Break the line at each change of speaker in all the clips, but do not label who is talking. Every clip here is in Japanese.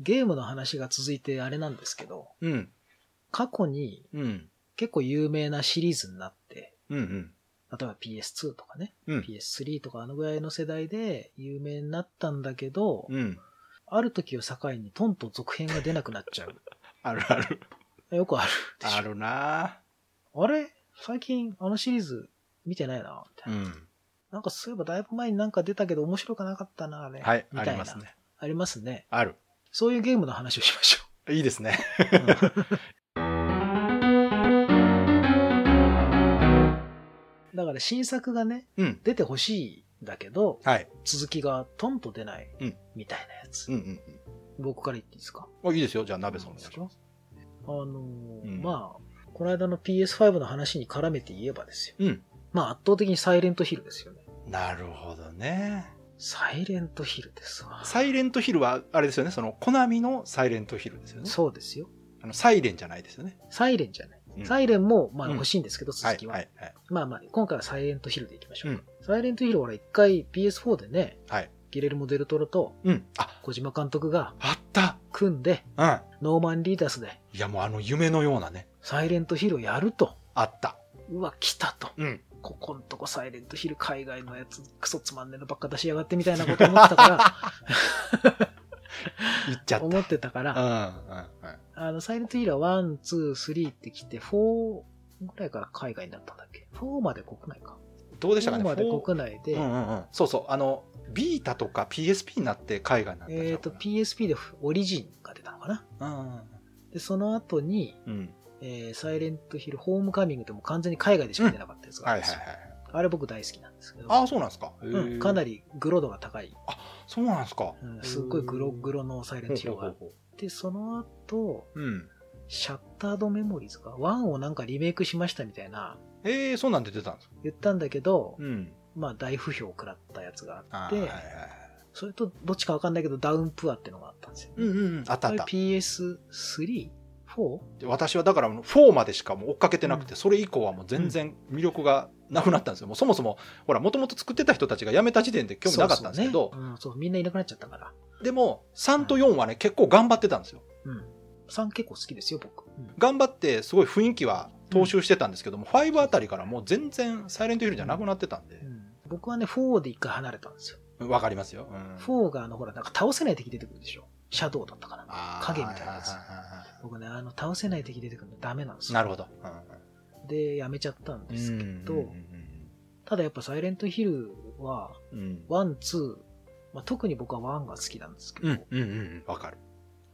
ゲームの話が続いてあれなんですけど、
うん。
過去に
うん。
結構有名なシリーズになって、
うん。うん。
例えば PS2 とかね、
うん。
PS3 とかあのぐらいの世代で有名になったんだけど、
うん。
ある時を境にトンと続編が出なくなっちゃう。
あるある。
よくあるでしょ
あるな
あれ最近あのシリーズ見てないな、みたいな。
うん。
なんかそういえばだいぶ前になんか出たけど面白くなかったな、あれ。
はい、
み
あ
たいな
りますね。
ありますね。
ある。
そういうゲームの話をしましょ
いいですね。
う。だから新作がね、
うん。
出てほしいんだけど、
はい。
続きがトンと出ない
うん、
みたいなやつ。
うんうん
僕から言っていいですか
うん。あ、いいですよ。じゃあ、鍋さんお願いします。
あのー
うん
まあ、この間の PS5 の話に絡めて言えばですよ。
うん。
まあ圧倒的にサイレントヒルですよね。
なるほどね。
サイレントヒルですわ。
サイレントヒルは、あれですよね。その、コナミのサイレントヒルですよね。
そうですよ。
あの、サイレンじゃないですよね。
サイレンじゃない。
うん
サイレンも、まあ
うん
欲しいんですけど、
は
続
い。
きは。
はい。はい。
まあまあ、今回はサイレントヒルでいきましょう。
うん
サイレントヒルは俺一回 PS4 でね、
はい。
ギレルモ・デルトロと
うん。あ、
小島監督が
あった。
組んで、
うん。
ノーマン・リーダースで
いや、もうあの、夢のようなね。
サイレントヒルをやると。
あった。
うわ、来たと。
うん。
ここんとこサイレントヒル海外のやつ、クソつまんねえのばっか出しやがってみたいなこと思ってた か
言っちゃ
ら、
っ
思ってたか
た。
ら、
うん。うん。うん
あの、サイレントヒルは1、2、3って来て、4ぐらいから海外になったんだっけ ?4 まで国内か。
どうでしたか
4
ね
まで
フォー
国内で、
うんうんうん、そうそうあのビータとか PSP になって海外になったじゃん
えっ、と、PSP でオリジンが出たのかな。
うん
で、その後に、
うんうん
えーサイレントヒルホームカミングでも完全に海外でしか出なかったやつがあ
は
る
い
んで
はい
す
は
よ
い
あれ僕大好きなんですけど、
ああそうなんですか、
うん、かな
り
りグロ度が高い、
そうなんですか、
うんすっごいグログロのサイレントヒルがあっ
ほ
て、その後、
うほうほううん
シャッタードメモリーズか、1をなんかリメイクしましたみたいな、
えー、そうなんで出たんですか
言ったんだけど、
うん
まあ大不評を食らったやつがあっ
あー
て、
はいはいはい
それとどっちかわかんないけど、ダウンプアってのがあったんですよね。
うんうんうんあった
あ
あっ
れ
た
PS3?4?
私はだからあの4までしかもう追っかけてなくて、
う
それ以降はもう全然魅力がなくなったんですよもうそもそもほらもともと作ってた人たちが辞めた時点で興味なかったんですけ
そ
ど
うそうねうん、そう、みんないなくなっちゃったから。
でも3と4はね結構頑張ってたんですよ
うん。3結構好きですよ、僕。うん
頑張ってすごい雰囲気は踏襲してたんですけども、5あたりからもう全然サイレントヒルじゃなくなってたんで
う、ん僕はね、4で一回離れたんですよ。
わかりますよ、うん
4があの、ほら、なんか倒せない敵出てくるでしょ。シャドウだったかな。
あー
影みたいなやつ
ははは
僕ね、あの、倒せない敵出てくるのダメなんですよ。
いなるほど、
で、やめちゃったん
うん
ですけど、
うん
ただやっぱサイレントヒルは、
うん
1、2、まあ、特に僕は1が好きなんですけ
う
ど、
んうんうんうんわかる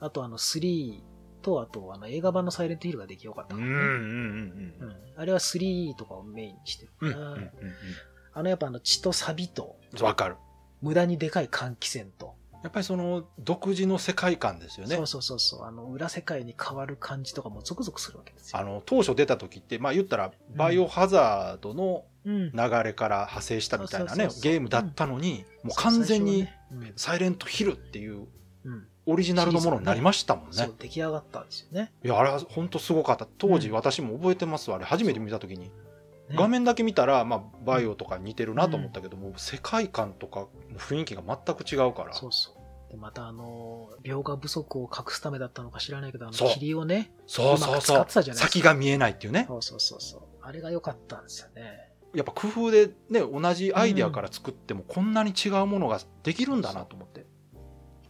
あとあの、3と、あとあの、映画版のサイレントヒルができよかった
うん
か
う
ら
ん
ね。
うん
う
うん
んあれは3とかをメインにして
うん
る
う
か
ん
な、
うん
あのやっぱあの血とサビと
うんわかる
無駄にでかい換気扇と、
やっぱりその独自の世界観ですよね
そうそうそうそうあの裏世界に変わる感じとかもゾクゾクするわけですよ
あの当初出た時ってまあ言ったらバイオハザードの
うん
流れから派生したみたいな
う
ね
んそうそうそう
ゲームだったのに、もう完全
そ
に
う最初はね
サイレントヒルっていう
うんうん
オリジナルのものになりましたもんね。
そう出来上がったんですよね
いや、あれは本当すごかった。当時
うん
私も覚えてますわ。あれ初めて見た時に。
ね
画面だけ見たら、まあ、バイオとか似てるなと思ったけども、世界観とか雰囲気が全く違うから。
そうそうでまたあの描画不足を隠すためだったのか知らないけどあの
そう
霧をね
そうそう
まく
そ
使
う
ってたじゃないですか
先が見えないっていうね。
そうそうそうそうあれが良かったんですよね
やっぱ工夫でね、同じアイデアから作ってもこんなに違うものができるんだなと思って。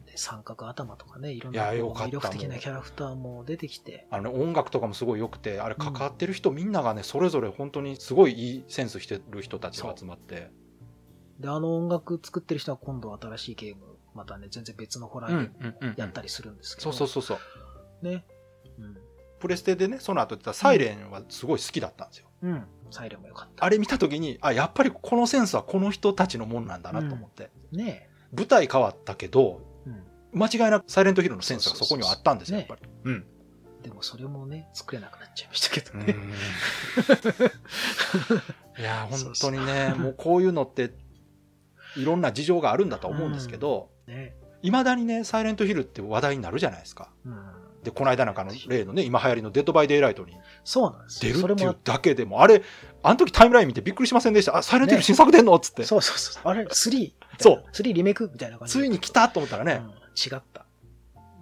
で三角頭とかねいろん
い
な
や良
こう
かった
魅力的なキャラクターも出てきて
あのね、音楽とかもすごい良くて、あれ関わってる人みんながね、それぞれ本当にすごいいいセンスしてる人たちが集まって。
で、あの音楽作ってる人は今度新しいゲーム、またね、全然別のホラーゲーム
うんうん
やったりするんですけど、
そうそうそうそう。
ね。うん。
プレステでねその後出た「サイレンはすごい好きだったんですよ、
うん。サイレンも良かった。
あれ見た時にあやっぱりこのセンスはこの人たちのもんなんだなと思って、
ね
舞台変わったけど
え。
間違いなく「サイレントヒル」のセンスがそこにはあったんですよや
そ
っ
う
ぱ
そ
りうん
うん。でもそれもね、作れなくなっちゃいましたけど
う
ね。
ん いや本
そう
当
そう
にねもうこういうのっていろんな事情があるんだとは思うんですけど
ね
いま、未だにね「サイレントヒル」って話題になるじゃないですか
うん。
でこの間なんかの例のね今流行りの「デッド・バイ・デイ・ライト」に
そうなんです
出
よ。
る
そ
っ
れ
て
もあ
いうだけでもあれあの時タイムライン見てびっくりしませんでしたあサイレントヒル
ね
新作出んのっつって
そうそうそう。あれ ?3?
そう。
3リメイクみたいな感じ
つ
で。
いに来たと思ったら
うん
ね、
違った。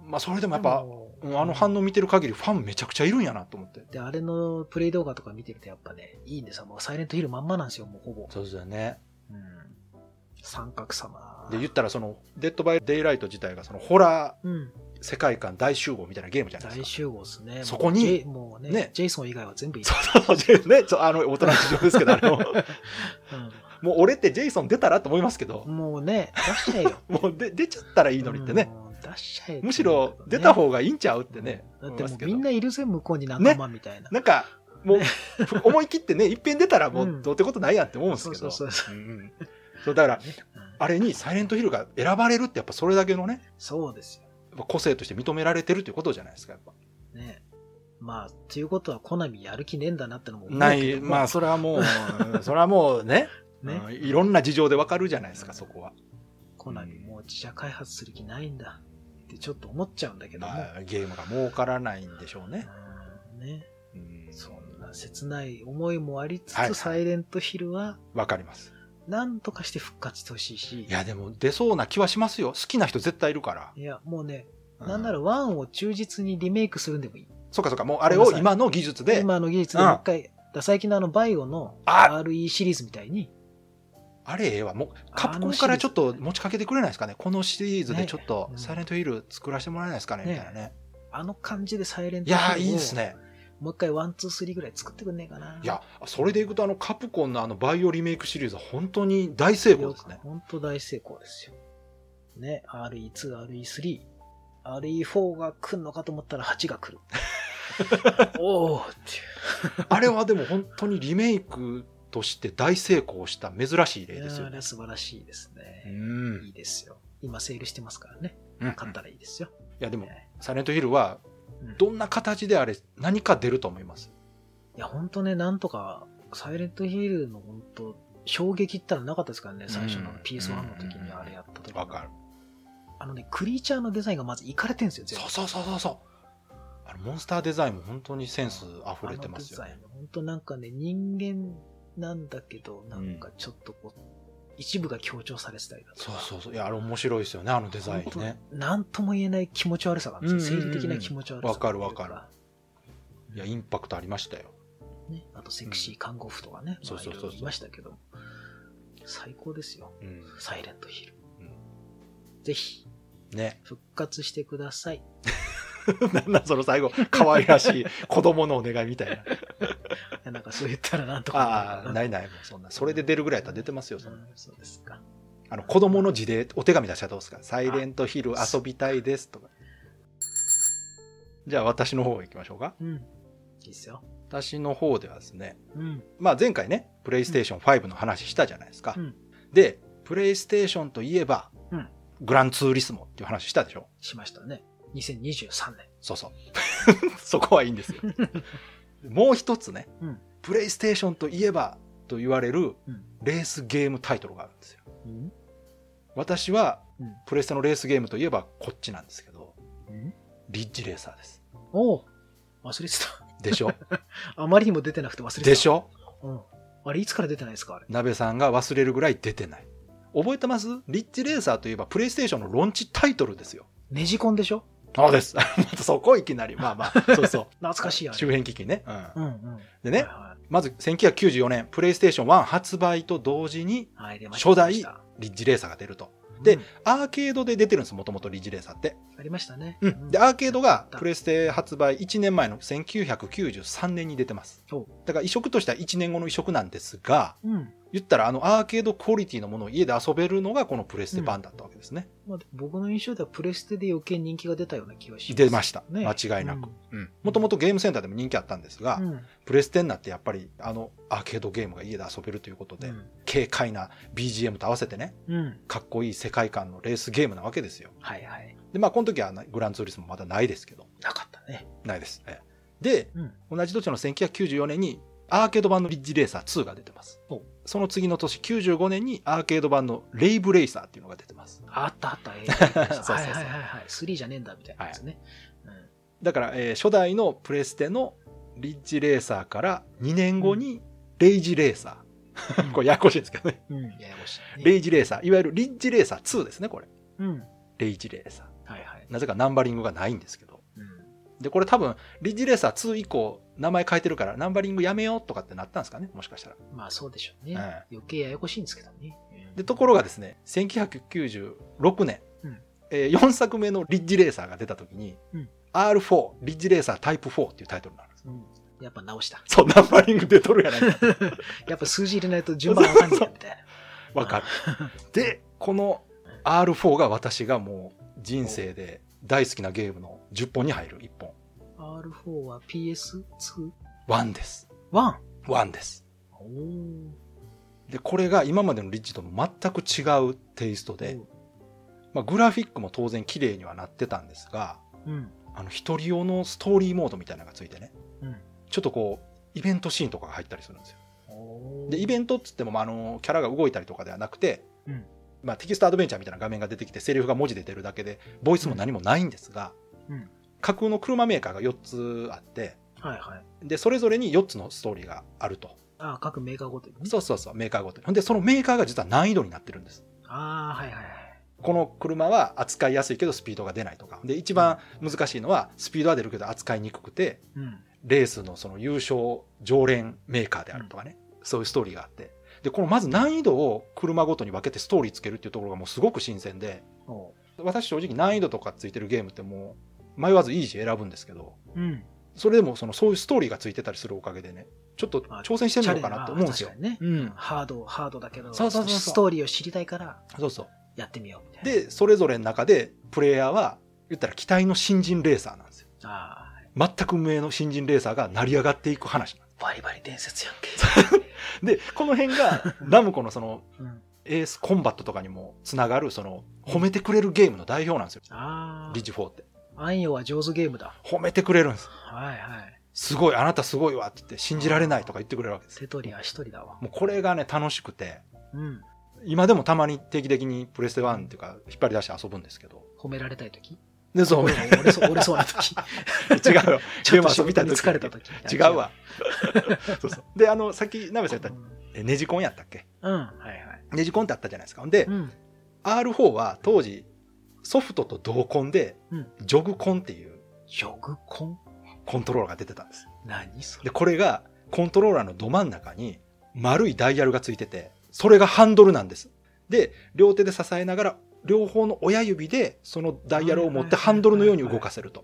まあ、それでもやっぱ
で、も
うんあの反応見てる限りファンめちゃくちゃいるんやなと思って。
で、あれのプレイ動画とか見てるとやっぱね、いいんですよ。もうサイレントヒルまんまなんですよ、もうほぼ。
そうですよね。
うん。三角様。
で、言ったらその、デッドバイデイライト自体がそのホラ
うん。
ー世界観大集合みたいなゲームじゃないで
大
すか。
集合ですね。
そこに
もうジェイもうね
ね
ジェイソン以外は全部いい。
そうそう、ね、そうあの、大人の事情ですけど、あ の、もう俺ってジェイソン出たらと思いますけど
う、んもうね、出しちゃ えよ。
もうで出ちゃったらいいのにってね。
うん。出しちゃえよ
むしろ出た
が
方がいいんちゃうってね。
だっ
思
て
いま
も
す
う
けど
みんないるぜ、向こうに仲間みたいな。
なんか、 もう
ね、
思い切ってね、いっぺん出たらも
うん
うどうってことないやんって思うんで
そ
すけ
う
ど。
そうそうそう。
うんうんそうだから、
うん
あれにサイレントヒルが選ばれるって、やっぱそれだけのね、
そうですよ。
やっぱ個性として認められてるということじゃないですか、やっぱ。
ね。まあ、ということは、コナミやる気ねえんだなってのも思うけど
ない、まあ、それはもう、 うんそれはもうね、
ね
うんいろんな事情でわかるじゃないですか、そこは。
コナミもう自社開発する気ないんだってちょっと思っちゃうんだけども、
まあ、ゲームが儲からないんでしょうね。
うんね、
うん
そんな切ない思いもありつつ、
はい
サイレントヒルは
わかります。
何とかして復活してほしいし
い、や、でも出そうな気はしますよ。好きな人絶対いるから。
いや、もうね、
う
なんならワンを忠実にリメイクするんでもいい。
そうかそうか、もうあれを今の技術で、
今の技術で
うん
もう一回、だから最近のあのバイオの
あ
RE シリーズみたいに、
あれええわ。もう、カプコンからちょっと持ちかけてくれないですかね。このシリーズでちょっと
ね、うん
サイレントヒル作らせてもらえないですかね、
ね
みたいなね。
あの感じでサイレン
い
ト
や
ヒ
ー、
ルを
いいですね。
もう一回ワン、ツー、スリーぐらい作ってくんねえかな。
いや、それでいくと、あの、カプコンのあの、バイオリメイクシリーズは本当に大成功ですね。
本当大成功ですよ。ね、RE2、RE3、RE4 が来るのかと思ったら8が来る。 おおって
あれはでも本当にリメイクとして大成功した珍しい
い
例
う。
ですよ
あ
ね。
れ素晴らしいです
う
ね。い
ん。
いですよ。今セールしてますからね。
うん
買ったらいいですよ。
いや、でも、
ね
サイレントヒルは、
うん
どんな形であれ、何か出ると思います。
いや、本当ね、なんとか、サイレントヒールの本当衝撃ったらなかったですからね、最初の
うん
PS1 の時にあれやった時
わかる。
あのね、クリーチャーのデザインがまずいかれてるんですよ、全部
そうそうそうそうそう。あの、モンスターデザインも本当にセンス溢れてますよ
あのデ。ザ
ね
イン本当なんかね、人間なんだけど、なんかちょっとこう、一部が強調されてたりだと
そう
か。
そうそう。いや、あれ面白いですよね、あのデザインね。
本当なんとも言えない気持ち悪さがあるんですよ。
うんう
生
んうん
理的な気持ち悪さ。
わかるわかる
る。
いや、インパクトありましたよ。
ね、あとセクシー看護婦とかね、
そうそう
まあいろ
そうそう
いろいましたけど、最高ですよ。
うん。
サイレントヒル。ぜひ、
ね。
復活してください。
なんだその最後、 可愛らしい子供のお願いみたいな。
なんかそう言ったらなんとか
ああ、ないない、もうそんな。それで出るぐらいやったら出てますよ、そん
う
な
んそうですか。
あの、子供の字でお手紙出したらどうですかサイレントヒル遊びたいですとか。じゃあ私の方行きましょうか。
うん。いいっすよ。
私の方ではですね、
うん。
まあ前回ね、プレイステーション5の話したじゃないですか。
うん
で、プレイステーションといえば、
うん
グランツーリスモっていう話したでしょ
しましたね。2023年。
そうそう。 そこはいい んですよ。もう一つね、
うん
プレイステーションといえばと言われる
うん
レースゲームタイトルがあるんですよ。
うん
私は
うん
プレステのレースゲームといえばこっちなんですけど、
うん
リッジレーサーです。
おお忘れてた。
でしょ
あまりにも出てなくて忘れてた。
でし
ょ、
ょ
うん、あれ、いつから出てないですかあれ。
鍋さんが忘れるぐらい出てない。覚えてますリッジレーサーといえばプレイステーションのローンチタイトルですよ。
ネジコンでしょ
そうです。 またそこいきなり。まあまあ、そうそう。
懐かしいあれ。
周辺機器ね。
う
うん
うん。
ん
は
でね
い、は
まず1994年、プレイステーション1発売と同時に
い。はい、出ました。
初代
出ました
リッジレーサーが出ると。で
うん
アーケードで出てるんです、もともとリッジレーサーって。
ありましたね。
うん、で、
あ
アーケードがプレステ発売1年前の1993年に出てます。
そ
だから移植としては1年後の移植なんですが、
う。うん。
言ったらあのアーケードクオリティのものを家で遊べるのがこのプレステ版だったわけですね。
まあ、僕の印象ではプレステで余計人気が出たような気がします。
出ました。
ね
間違いなく。もともとゲームセンターでも人気あったんですが、
うん。
プレステになってやっぱりあのアーケードゲームが家で遊べるということで、
うん
軽快な BGM と合わせてね、
うん。
かっこいい世界観のレースゲームなわけですよ。
はいはい。
で、まあこの時はなグランツーリスもまだないですけど、
なかったね。
ないです。ええで、
うん。
同じ年の1994年にアーケード版のリッジレーサー2が出てます
お
その次の年95年にアーケード版のレイブレイサーっていうのが出てます
あったあった。ええはい
そうそう
はいはいはい。3じゃねえんだみたいなやつね。うん
だから、えー初代のプレステのリッジレーサーから2年後にレイジレーサー、これややこしいですけどね
うん。ややこしいね。
レイジレーサーいわゆるリッジレーサー2ですねこれ
うん。
レイジレーサ
はいはい。
なぜかナンバリングがないんですけど。
うん
で、これ多分、リッジレーサー2以降、名前変えてるから、ナンバリングやめようとかってなったんですかね、もしかしたら。
まあそうでしょうね。
え
余計ややこしいんですけどね。うん
で、ところがですね、1996年、
うん
え4作目のリッジレーサーが出た時に、
うん
R4、リッジレーサータイプ4っていうタイトルになるんです。
うんやっぱ直 した。
そう、ナンバリング出とるやないか。
やっぱ数字入れないと順番わかんないみたいな。
わかる。で、この R4 が私がもう人生で大好きなゲームの10本に入る1本。
R4 は PS2?1?
1です。1です。
おー
でこれが今までのリッジとも全く違うテイストで、まあ、グラフィックも当然綺麗にはなってたんですが
うん。
あの一人用のストーリーモードみたいなのがついてね
うん。
ちょっとこうイベントシーンとかが入ったりするんですよ
おー
でイベントっつっても、まあ、あのキャラが動いたりとかではなくて、
うん
まあ、テキストアドベンチャーみたいな画面が出てきてセリフが文字で出るだけでボイスも何もないんですが、
うん
架空の車メーカーが4つあって
はいはい。
でそれぞれに4つのストーリーがあると
ああ、各メーカーごとにね。
そうそうそうメーカーごとにほんでそのメーカーが実は難易度になってるんです
ああ、はいはいはい。
この車は扱いやすいけどスピードが出ないとかで一番難しいのはスピードは出るけど扱いにくくて
うん。
レースのその優勝常連メーカーであるとかね、そういうストーリーがあってでこのまず難易度を車ごとに分けてストーリーつけるっていうところがもうすごく新鮮で
おう
私正直難易度とかついてるゲームってもう迷わずイージー選ぶんですけど
うん。
それでもそのそういうストーリーがついてたりするおかげでねちょっと挑戦してみようかなと思うんですよ
チャ。レンジは確かに
うん
ね。、ハード、ハードだけど、
そうそうそうそう
ストーリーを知りたいから
そうそう
やってみようみたいな。
でそれぞれの中でプレイヤーは言ったら期待の新人レーサーなんですよ
あ
全く無名の新人レーサーが成り上がっていく話なんで
あ、バリバリ伝説やんけ。
すでこの辺 がラムコのその
うん、
エースコンバットとかにもつながるその褒めてくれるゲームの代表なんですよ
あ
リッジ4って
あ、暗夜は上手ゲームだ。
褒めてくれるんです
はいはい。
すごいあなたすごいわって言って信じられないとか言ってくれるわけです
手取り足取りだわ。
もうこれがね楽しくて
うん。
今でもたまに定期的にプレステ1っていうか引っ張り出して遊ぶんですけど
褒められたいとき
でそう違
折
う
れそう折れそうなと き。
よ
ちょ
ゲー
っと
ム
仕
遊びた
事
い
に
時
疲れたとき。
違 う。わそうそうであのさっき鍋さん言っ
う
たネジコンやったっけ
ん。はいはい。
ネジコンってあったじゃないですかほんで、
うん。
R4 は当時ソフトと同コンで
うん
ジョグコンっていう
ヨグコン
コントローラーが出てたんです
何それ
でこれがコントローラーのど真ん中に丸いダイヤルがついててそれがハンドルなんですで両手で支えながら両方の親指でそのダイヤルを持ってハンドルのように動かせると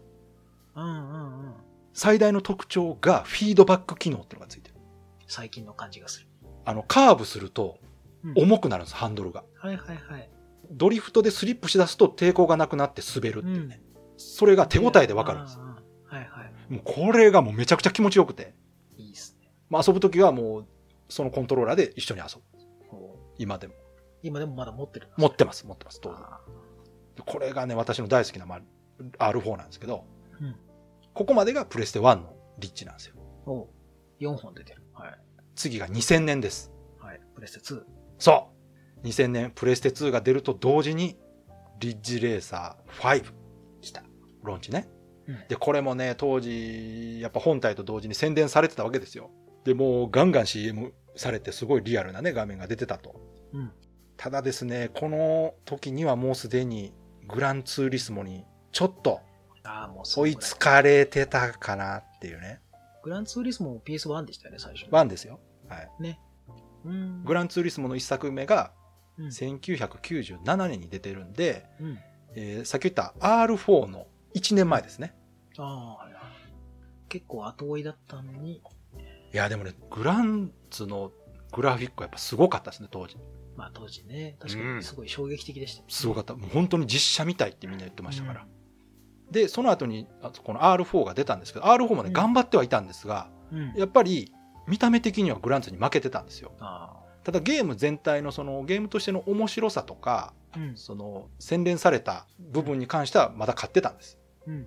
うんうんうん。
最大の特徴がフィードバック機能っていうのがついてる
最近の感じがする。
あのカーブすると
うん
重くなるんですハンドルが
はいはいはい。
ドリフトでスリップしだすと抵抗がなくなって滑るっていうね、それが手応えでわかるんです
うんうんはいは
もうこれがもうめちゃくちゃ気持ちよくて、
い。いいっすね。
まあ、遊ぶ時はもうそのコントローラーで一緒に遊ぶ
ほう
今でも
今でもまだ持ってるな
持ってます持ってます当然
あー
でこれがね私の大好きな、まあ、R4 なんですけど、
うん
ここまでがプレステ1のリッチなんですよ
おう4本出てる。はい。
次が2000年です
はい。プレステ2。
そう2000年プレステ2が出ると同時にリッジレーサー5
来た。
ローンチね
うん
でこれもね当時やっぱ本体と同時に宣伝されてたわけですよでもうガンガン CM されてすごいリアルなね画面が出てたと
うん。
ただですね、この時にはもうすでにグランツーリスモにちょっと
ああ、もうそ
追いつかれてたかなっていうね。
グランツーリスモも PS1 でしたよね、最初。
ワンですよ。はい。
うん。
グランツーリスモの一作目が
うん
1997年に出てるんで、
うん。
えーさっき言った R4 の1年前ですね。
ああ、はいはい結構後追いだったのに、
いや、でもね、グランツのグラフィックはやっぱすごかったですね、当時。
まあ当時ね、確か
うん
にすごい衝撃的でした。
すごかった。もう本当に実写みたいってみんな言ってましたから。
うん
で、その後にあこの R4 が出たんですけど、R4 もね、
うん
頑張ってはいたんですが、
うん。
やっぱり見た目的にはグランツに負けてたんですよ
あ
ただゲーム全体のそのゲームとしての面白さとか
あ。うん。
その洗練された部分に関してはまだ買ってたんです
うん。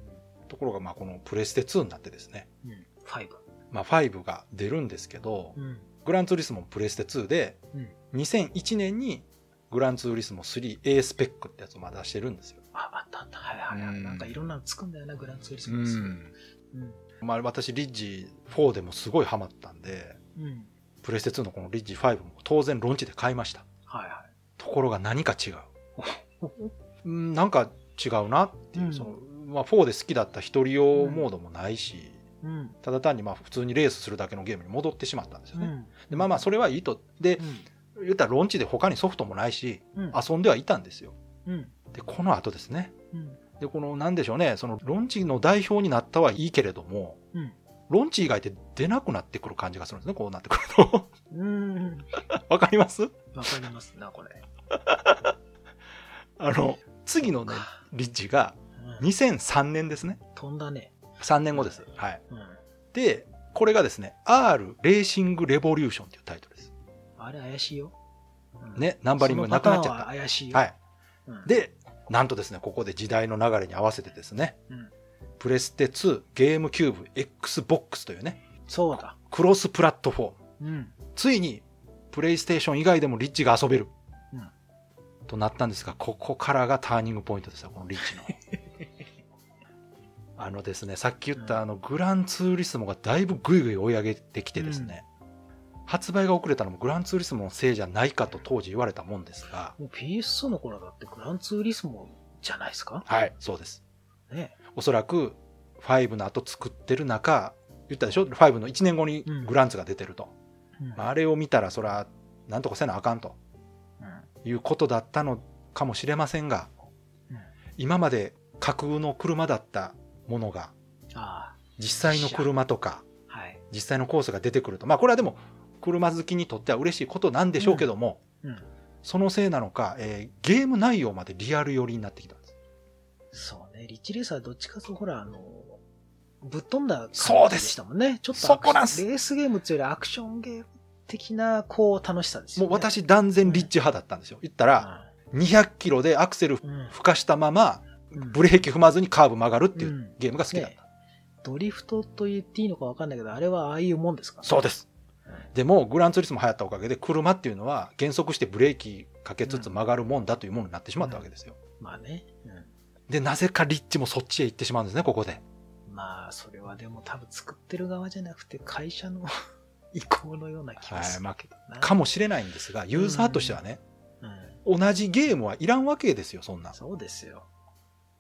ところがまあこのプレステ2になってですね、
うん。5。
まあ、5が出るんですけど、
うん。
グランツーリスモもプレステ2で
うん。
2001年にグランツーリスモ 3A スペックってやつをまだしてるんですよ、
あ、あったあった。はいはいは
う
い。
ん
なんかいろんなのつくんだよな、グランツーリスモです。うん。
まあ、私リッジ4でもすごいハマったんで
うん。
プレステ2のこのリッジ5も当然ローンチで買いました
はいはい。
ところが何か違ううんなんか違うなっていう、
うん
そのまあ、4で好きだった一人用モードもないし、
うん。
ただ単にまあ普通にレースするだけのゲームに戻ってしまったんですよね。
ん。
でまあまあそれはいいとで言ったらローンチで他にソフトもないし
うん。うん。
遊んではいたんですよ。
うん。
でこの後ですね
うん。
でこのなんでしょうねそのローンチの代表になったはいいけれども
うん。
ローンチ以外って出なくなってくる感じがするんですねこうなってくると。
うん。
わかります
わかりますな、これ。
あの次のねリッチが
うん
2003年ですね
飛んだね。
3年後です。はい、
うん。
でこれがですね R レーシングレボリューションというタイトルです。
あれ怪しいよ。うん
ねナンバリングがなくなっち
そ
ゃっ
のパターンは怪しい
た。
よ。
はい
うん。
でなんとですねここで時代の流れに合わせてですね、
うん
プレステ2ゲームキューブ XBOX というね
そうだ。
クロスプラットフォーム
うん。
ついにプレイステーション以外でもリッチが遊べる、
うん
となったんですがここからがターニングポイントですよこのリッチの あのですねさっき言ったあのグランツーリスモがだいぶぐいぐい追い上げてきてですね、発売が遅れたのもグランツーリスモのせいじゃないかと当時言われたもんですが
もう PS2 の頃だってグランツーリスモじゃないですか
はいそうです
ね。
おそらく5の後作ってる中言ったでしょ5の1年後にグランツが出てると、
うん
まああれを見たらそりゃなんとかせなあかんということだったのかもしれませんが、
うん
今まで架空の車だったものが
あ
実際の車とか
あ、はい。
実際のコースが出てくるとまあこれはでも車好きにとっては嬉しいことなんでしょうけども、
うん。
そのせいなのか、えーゲーム内容までリアル寄りになってきたんです
そうね。リッチレーサーどっちかというとほら、あの、ぶっ飛んだ感じ
そうです
したもんね。ちょっと
そこなんす
レースゲームっていうよりアクションゲーム的な、こう、楽しさです
も
よ
う
ね。
私断然リッチ派だったんですよ言ったら200キロでアクセル
うん、うん。
ふかしたままブレーキ踏まずにカーブ曲がるっていううんゲームが好きだった、
ねドリフトと言っていいのかわかんないけど、あれはああいうもんですから、
そうですでもグランツーリスも流行ったおかげで車っていうのは減速してブレーキかけつつ曲がるもんだというものになってしまったわけですよ、
まあね。うん
でなぜかリッチもそっちへ行ってしまうんですねここで
まあ、それはでも多分作ってる側じゃなくて会社の 意向のような気がするけどな。
かもしれないんですがユーザーとしてはね、
うん
同じゲームはいらんわけですよそんな
そうですよ。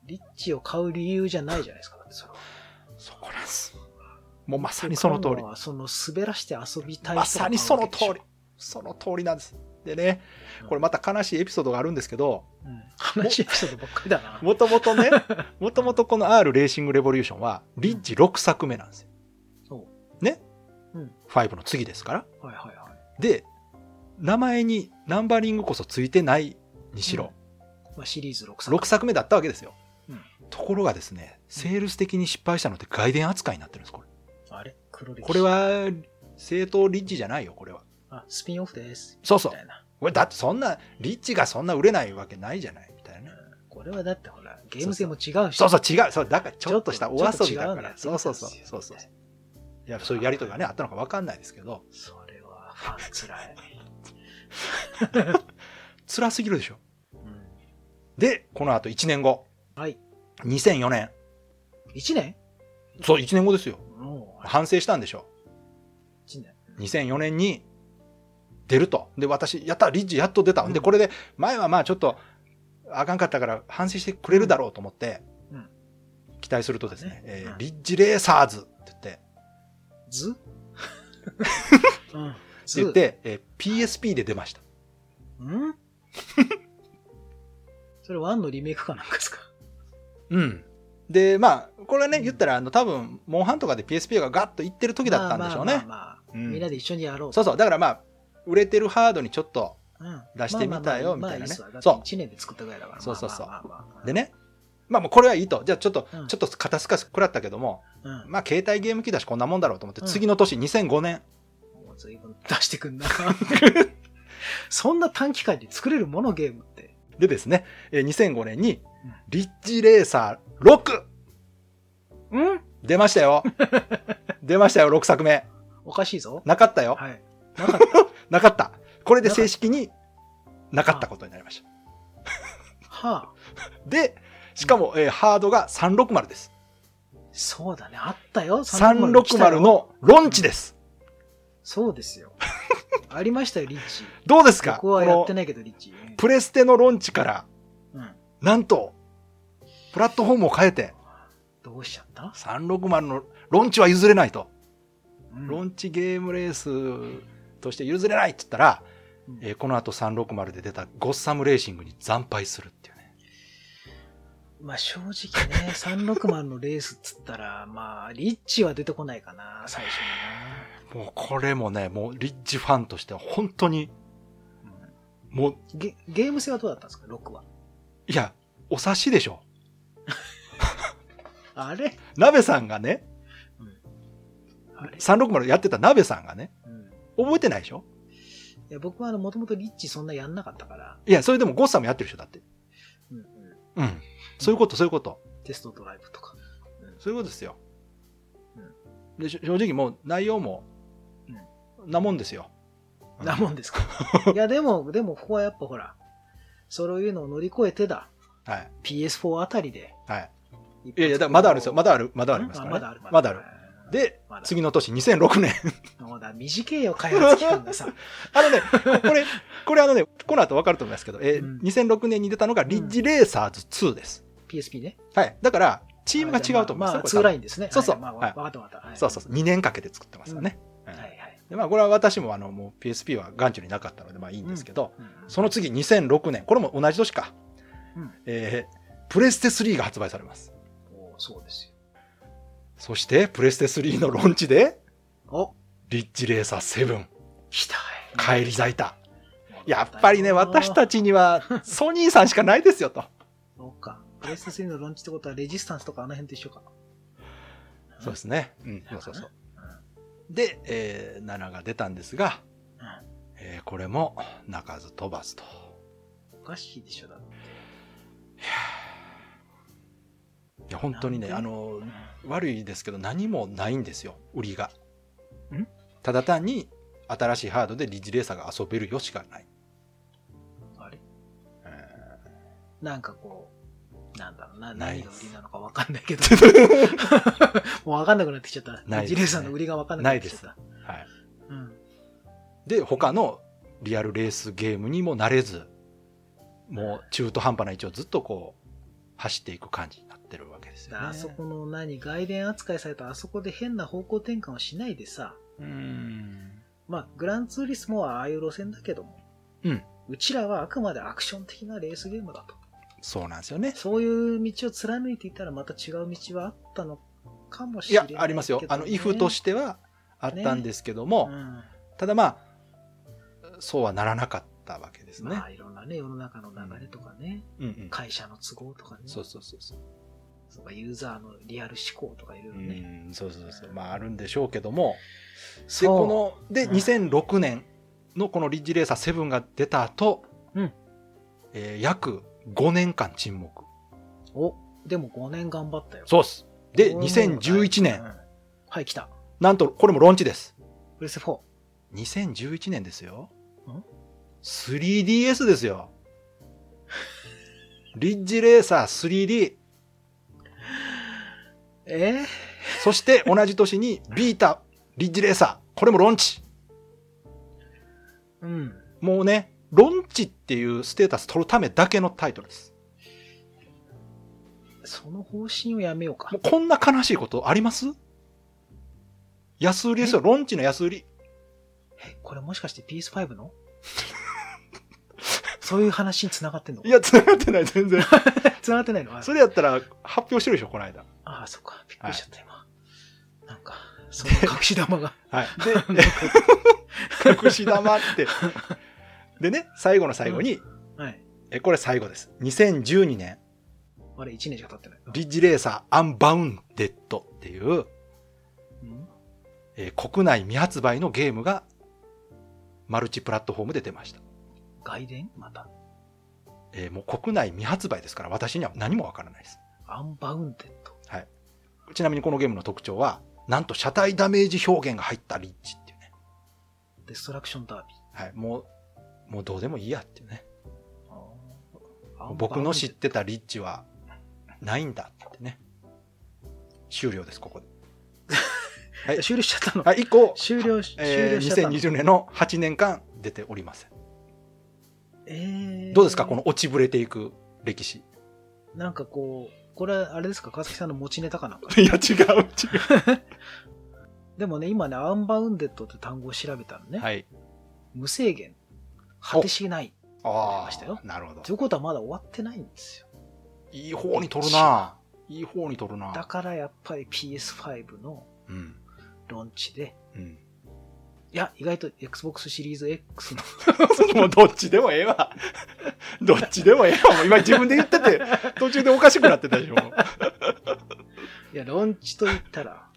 リッチを買う理由じゃないじゃないですか、だってそれは。
そこなんですもうまさにその通り
買うはその滑らして遊びたい人が買うわけでしょ。
まさにその通りその通りなんですでね
うん。
これまた悲しいエピソードがあるんですけど、
うん、話エピソードばっかりだな。
もともと ね、もともとこの R レーシングレボリューションは、リッチ6作目なんですよ。
そ
ね、
うん
5の次ですから。
はいはいはい。
で、名前にナンバリングこそついてないにしろ、
まあ、シリーズ6作。
6作目だったわけですよ。
うん
ところがですね、セールス的に失敗したのって外伝扱いになってるんです、これ。
あれ黒歴史。
これ。は、正当リッチじゃないよ、これは。
あ、スピンオフです。
そうそ
み
う
た。いな。
これだってそんな、リッチがそんな売れないわけないじゃない、みたいなね。
これはだってほら、ゲーム性も違うし。
そうそう、違う。そう、だからちょっとしたお遊びだ
ちょっと違う
か
のや
ら
っ。て
そう
みた
そ
ん
う
です
そう
よ。
そうそう。いや、そういうやりとりがね、あったのか分かんないですけど、
それは、ファンつらい。
辛すぎるでしょ。
うん
で、この後1年後。
はい。
2004年。
1年
そう、1年後ですよ。
もう、
反省したんでしょ。
1年。
2004年に出ると。で、私、やったリッジやっと出た。
うん
で、これで、前はまあちょっと、あかんかったから反省してくれるだろうと思って
うん、
期待するとですね
ね、
えー
うん
リッジレーサーズって言って、
図うん。図
言っ。て、えー PSP で出ました。
うん それ1のリメイクかなんかですか
うん。で、まあ、これはね、
うん
言ったら、あの、多分、モンハンとかで PSP がガッといってる時だったんでしょうね。
まあまあまあまあ
うん
みんなで一緒にやろう。
そうそう。だからまあ、売れてるハードにちょっと、
うん
出してみたよみたいなねそう
1年で作ったぐらいだから。
そうそうそう
まあまあまあまあ
で。ね、まあもうこれはいいと。じゃあちょっと、
うん
ちょっと肩すかす食らったけども、
うん。
まあ、携帯ゲーム機だしこんなもんだろうと思って、
うん
次の年、2005年。
もう随分出してくん な。そんな短期間に作れるものゲームって。
でですね、えー2005年に
うん、
リッジレーサー6
うん
出まし たよ。出ましたよ、6作目。
おかしいぞ。
なかったよ。
はい。なかった。
なかった。これで正式になかったことになりました。
はあ。
で、しかも、えーハードが360です。
そうだね。あったよ。来たよ
360。のロンチです。
そうですよ。ありましたよ、リッチ。
どうですか
僕はやって
この
ないけど、リッチ。
プレステのロンチから、
うん。
なんと、プラットフォームを変えて、
どうしちゃった、
360のロンチは譲れないと。
うん
ロンチゲームレースとして譲れないって言ったら、
うん
えーこの後360で出たゴッサムレーシングに惨敗するっていうね。
まあ正直ね、360の レースっつったら、まあ、リッチは出てこないかな、最初
もうこれもね、もうリッチファンとしては本当に、
にな、うん
もう、
ゲ。ゲーム性はどうだったんですか、6は。
いや、お察しでしょ。
あれ
鍋さんがね、
あれ、
360やってた鍋さんがね、
うん、
覚えてないでしょ
いや僕はもともとリッチそんなやんなかったから、
いや、それでもゴッサムやってる人だって。
うんうん、
うん。そういうこと、そういうこと。
テストドライブとか。うん
そういうことですよ。でし正直もう内容も、なもんですよ。
なもん ですか。いや、でも、でも、ここはやっぱほら、そういうのを乗り越えてだ。
はい。
PS4 あたりで。
はい。いやいや、だまだあるんですよ。まだある、まだありますから、ね。
まだある。
まだある。
で、
で
まだあ、る
次の年、2006年。
まだ短いよ、開発期間がさ。
あのね、これ、これあのね、この後わかると思いますけど、えー
うん
2006年に出たのが、リッジレーサーズ2です。
PSP ね。
はい。だから、チームが違うと思います
ま
よ
あ、
これ
ツーラインですね。
そうそ
は
う
いまあ、わ
は
わ
い
かったわかった。はい
そうそうそう。2年かけて作ってますよね。うん
はいはい。
でまあ、これは私もあのもう PSP は眼中になかったので、まあいいんですけど、
うん
その次、2006年、これも同じ年か、
うん
えープレステ3が発売されます。
おそうですよ。
そして、プレステ3のロンチで、
お
リッジレーサー7、
来たい。
帰り咲いた。やっぱりね、私た
ち。
ちにはソニーさんしかないですよと。
そうか。プレステ3のロンチってことは、レジスタンスとかあの辺と一緒か。
そうですね。うん、そうそうそう。で、えー7が出たんですが、
うん。
えーこれも鳴かず飛ばずと。
おかしいでしょ、だって。
いや、本当にね、
な
あ
んで
の、悪いですけど何もないんですよ売りが
ん
ただ単に新しいハードでリッジレーサーが遊べるよしかない、
あれ
え
なんかこう、なんだろうな、
な
何
いで
が売
す
りなのか分かんないけ ど、もう分かんなくなってきちゃった。
ないですね
ジレーさんの売りが分かんなくなってきちゃった。
ーはい、
うん。
で他のリアルレースゲームにもなれずもう中途半端な位置をずっとこう走っていく感じになってるわけですよね
あそこの何、外伝扱いされたあそこで変な方向転換をしないでさ、
うん
まあ、グランツーリスモはああいう路線だけども、
うん
うちらはあくまでアクション的なレースゲームだと。
そうなんですよね
そういう道を貫いていたらまた違う道はあったのかも
い
しれな
や
いけど、ね。
ありますよあの「イフ」としてはあったんですけども、
うん
ただまあそうはならなかったわけですね、
まあ、いろんなね、世の中の流れとかね、
うんうん
会社の都合とかね。
そうそうそうそう
そうかユーザーのリアル思考とかいろいろね。
うんそうそうそうまああるんでしょうけどもで
そう
こので
うん
2006年のこのリッジレーサー7が出た後、
うん
えー約5年間沈黙
おでも5年頑張ったよ。
そうっすで
これも
2011
う
年
んはい、来た。
なんとこれもローンチです
プレステ4。
2011年ですよ
ん
3DS ですよ リッジレーサー 3D
え
そして同じ年にビータリッジレーサーこれもローンチ
ー、うん。
もうね、ロンチっていうステータス取るためだけのタイトルです。
その方針をやめようか
もう。こんな悲しいことあります安売りですよ、ロンチの安売り。
えこれもしかして PS5 の そういう話に繋がってんの
いや、繋がってない、全然。
繋がってないのあ
それやったら発表してるでしょ、この間。
あ、そっか。びっくりしちゃった、今。なんか、その隠し玉 が。
はい。で、隠し玉って。でね、最後の最後に、
はい。
え、これ最後です。2012年、
あれ、1年しか経ってない。
リッジレーサーアンバウンデッドっていう、
うん
えー国内未発売のゲームが、マルチプラットフォームで出ました。
外伝また。
えーもう国内未発売ですから、私には何もわからないです。
アンバウンデッド。
ちなみにこのゲームの特徴は、なんと車体ダメージ表現が入ったリッチっていうね。
デストラクションダービー。
はい、もう、もうどうでもいいやっていうね。
あー
僕の知ってたリッチは、ないんだってね。終了です、ここで。
え終了しちゃったの、
はい、以降、
終了し、終
えー
了しちゃったの
2020年の8年間出ておりません。
えー
どうですか、この落ちぶれていく歴史。
なんかこうこれ、あれですか川崎さんの持ちネタかなんか。
いや、違う、違
でもね、今ね、アンバウンデッドって単語を調べたのね、
う。 はい。
無制限、果てしない。
あ
ましたよ
あ、なるほど
とい。うことはまだ終わってないんですよ。
いい方に取るな。いい方に取るな。
だからやっぱり PS5 の
うん。
ローンチで、
うん。
いや、意外と Xbox シリーズ X の、
もうどっちでもええわ。どっちでもええわ。もう今自分で言ってて、途中でおかしくなってたでしょ。
いや、ローンチと言ったら、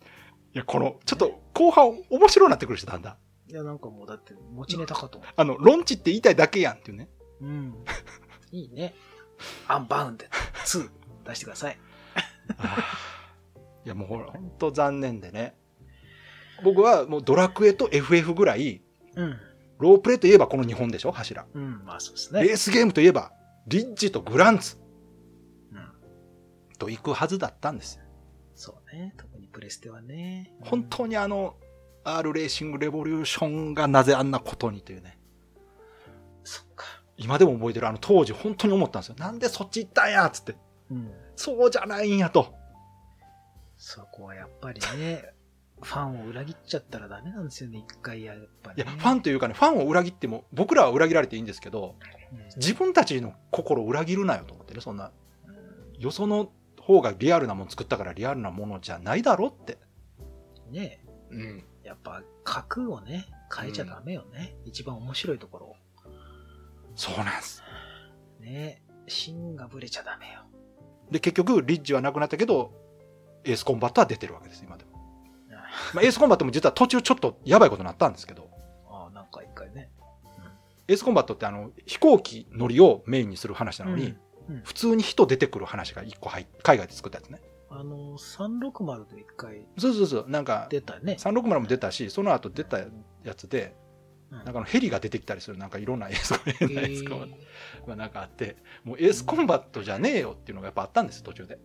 いや、この、ちょっと後半面白くなってくる人だんだ。
いや、なんかもうだって持ちネタかと思
あの、ロンチって言いたいだけやんっていうね。
う。うん。いいね。アンバウンデッド2出してください。
いや、もうほら、ほんと残念でね。僕はもうドラクエと FF ぐらい、
うん。
ロープレイといえばこの2本でしょ、柱。
うん、まあそうです
レ
ね。
ースゲームといえば、リッジとグランツ
うん。
と行くはずだったんですよ。
そうね。特にプレステはね。
本当にあの、R レーシングレボリューションがなぜあんなことにというね。
うんそっか。
今でも覚えてるあの当時本当に思ったんですよなんでそっち行ったんやっつって
うん。
そうじゃないんやと
そこはやっぱりね、ファンを裏切っちゃったらダメなんですよね、一回やっぱ
い
り、
や
ね。
ファンというかねファンを裏切っても僕らは裏切られていいんですけど自分たちの心を裏切るなよと思ってねそんなよその方がリアルなもの作ったからリアルなものじゃないだろって、
うんね
うん、
やっぱ、核をね、変えちゃダメよね。一番面白いところ
そうなんです
を。ね芯がぶれちゃダメよ。
で結局リッジはなくなったけどエースコンバットは出てるわけです今でも、まあ、エースコンバットも実は途中ちょっとやばいことになったんですけど
ああ、なんか一回ね。
エースコンバットってあの飛行機乗りをメインにする話なのに、普通に人出てくる話が1個入っ海外で作ったやつね
あの、360で一回
そうそうそうなんか
出たね。
360も出たしその後出たやつで
うん
なんかあのヘリが出てきたりするなんかいろんなエース変なエースコンバッ
え
トがなんかあってもうエースコンバットじゃねえよっていうのがやっぱあったんです途中で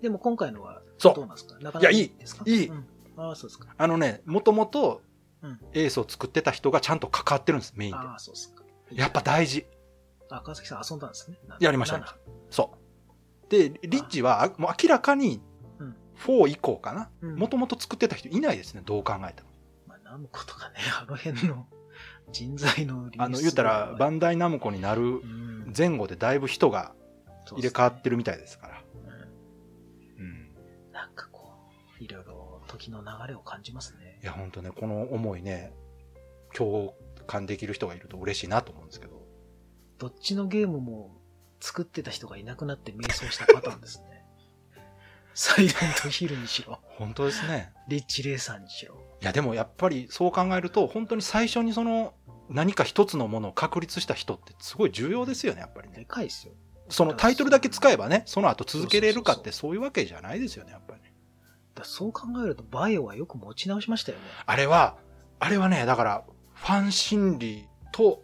ーでも今回のは
そ
ど
う
うなんですかなか
いや
ないか
い
いいですか
いい
うんああ、そうですか。
あのねもともと
うん
エースを作ってた人がちゃんと関わってるんですメイン
ああ、そうですか。
でやっぱ大事
あ、川崎さん遊んだんですね。
やりました
なんだ
そうでリッチはあもう明らかに
うん
4以降かな
うん
もともと作ってた人いないですねどう考えても
まあ、ナムコとかね、あの辺の人材の流出
あの言ったらバンダイナムコになる
うん
前後でだいぶ人が
そうっ
入
すね
れ替わってるみたいですから。うん
なんかこう、いろいろ時の流れを感じますね
い。や、本当ね、この思いね、共感できる人がいると嬉しいなと思うんですけど。
どっちのゲームも作ってた人がいなくなって迷走したパターンですね。 サイレントヒルにしろ、
本当ですね。
リッチレーサーにしろ。
いや、でもやっぱりそう考えると、本当に最初にその、何か一つのものを確立した人ってすごい重要ですよね、やっぱり
で
ね。
かいですよ。
そのタイトルだけ使えばね、その後続けれるかってそういうわけじゃないですよね、やっぱりね。
だそう考えると、バイオはよく持ち直しましたよね。
あれは、あれはね、だから、ファン心理と、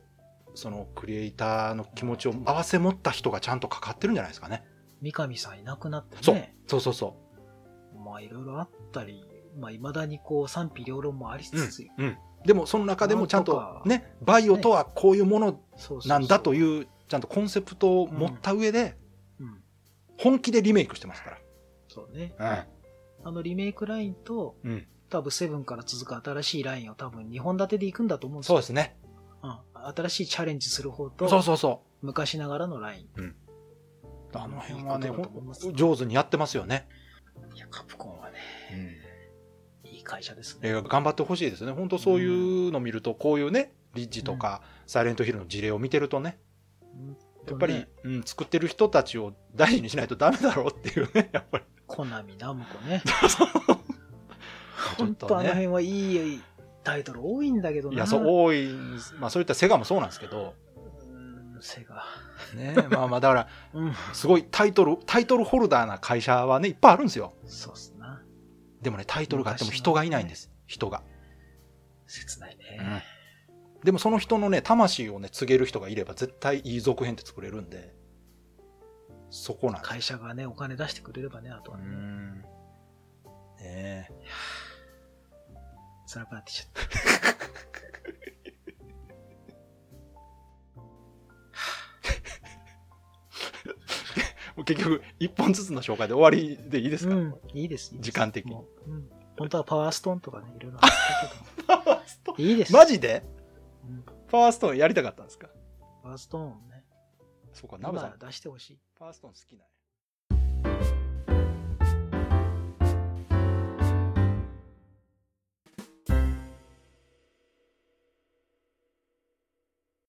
そのクリエイターの気持ちを合わせ持った人がちゃんとかかってるんじゃないですかね。
三上さんいなくなって
そう
ね。
そうそうそ
まあいろいろあったり、まあ未だにこう賛否両論もあり
う、
つつ、
うんうんでもその中でもちゃん
なん
と
とか
ねバイオとはこういうもの
そうそうそう
なんだというちゃんとコンセプトを持った上で
うん。
本気でリメイクしてますか
そうね。
ら、
あのリメイクラインと、
うんうん、
多分セブンから続く新しいラインを多分2本立てでいくんだと思うんです
そう
よ。
ですね
うん、新しいチャレンジする方
そう
と、
そうそ
昔ながらのライン。
うあの辺はね
いいことだと思います
ほん上手にやってますよね、
いや、カプコンはね、いい会社ですね。
映画頑張ってほしいですね本当そういうの見るとこういうねリッジとかサイレントヒルの事例を見てるとねやっぱり、
ね
うん、作ってる人たちを大事にしないとダメだろうっていうねや っぱり
コナミ、ナムコね。
ちょっ
本
と
当あの
ね
辺はいいタイトル多いんだけどな。
いやそう多いんですまあそういったセガもそうなんですけど
うん、セガ。
ねまあまあだから
うん。
すごいタイトル、タイトルホルダーな会社はね、いっぱいあるんですよ。
そうっすな。
でもね、タイトルがあっても人がいないんです。人が。
切ないね。
でもその人のね、魂をね、告げる人がいれば、絶対いい続編って作れるんで、そこなんです。
会社がね、お金出してくれればね、あと
う
はね、
ん。ねえ。
辛くなってきちゃった。
結局、一本ずつの紹介で終わりでいいですか、
うん、いいです、いいです
時間的に
もううん本当はパワーストーンとかね、いろいろあった
パワーストー
けど。いいです。
ンマジで
うん
パワーストーンやりたかったんですか
パワーストーンをね、
そうか、ナブさ
今
ん、
出してほしい。
パワーストーン好きなんや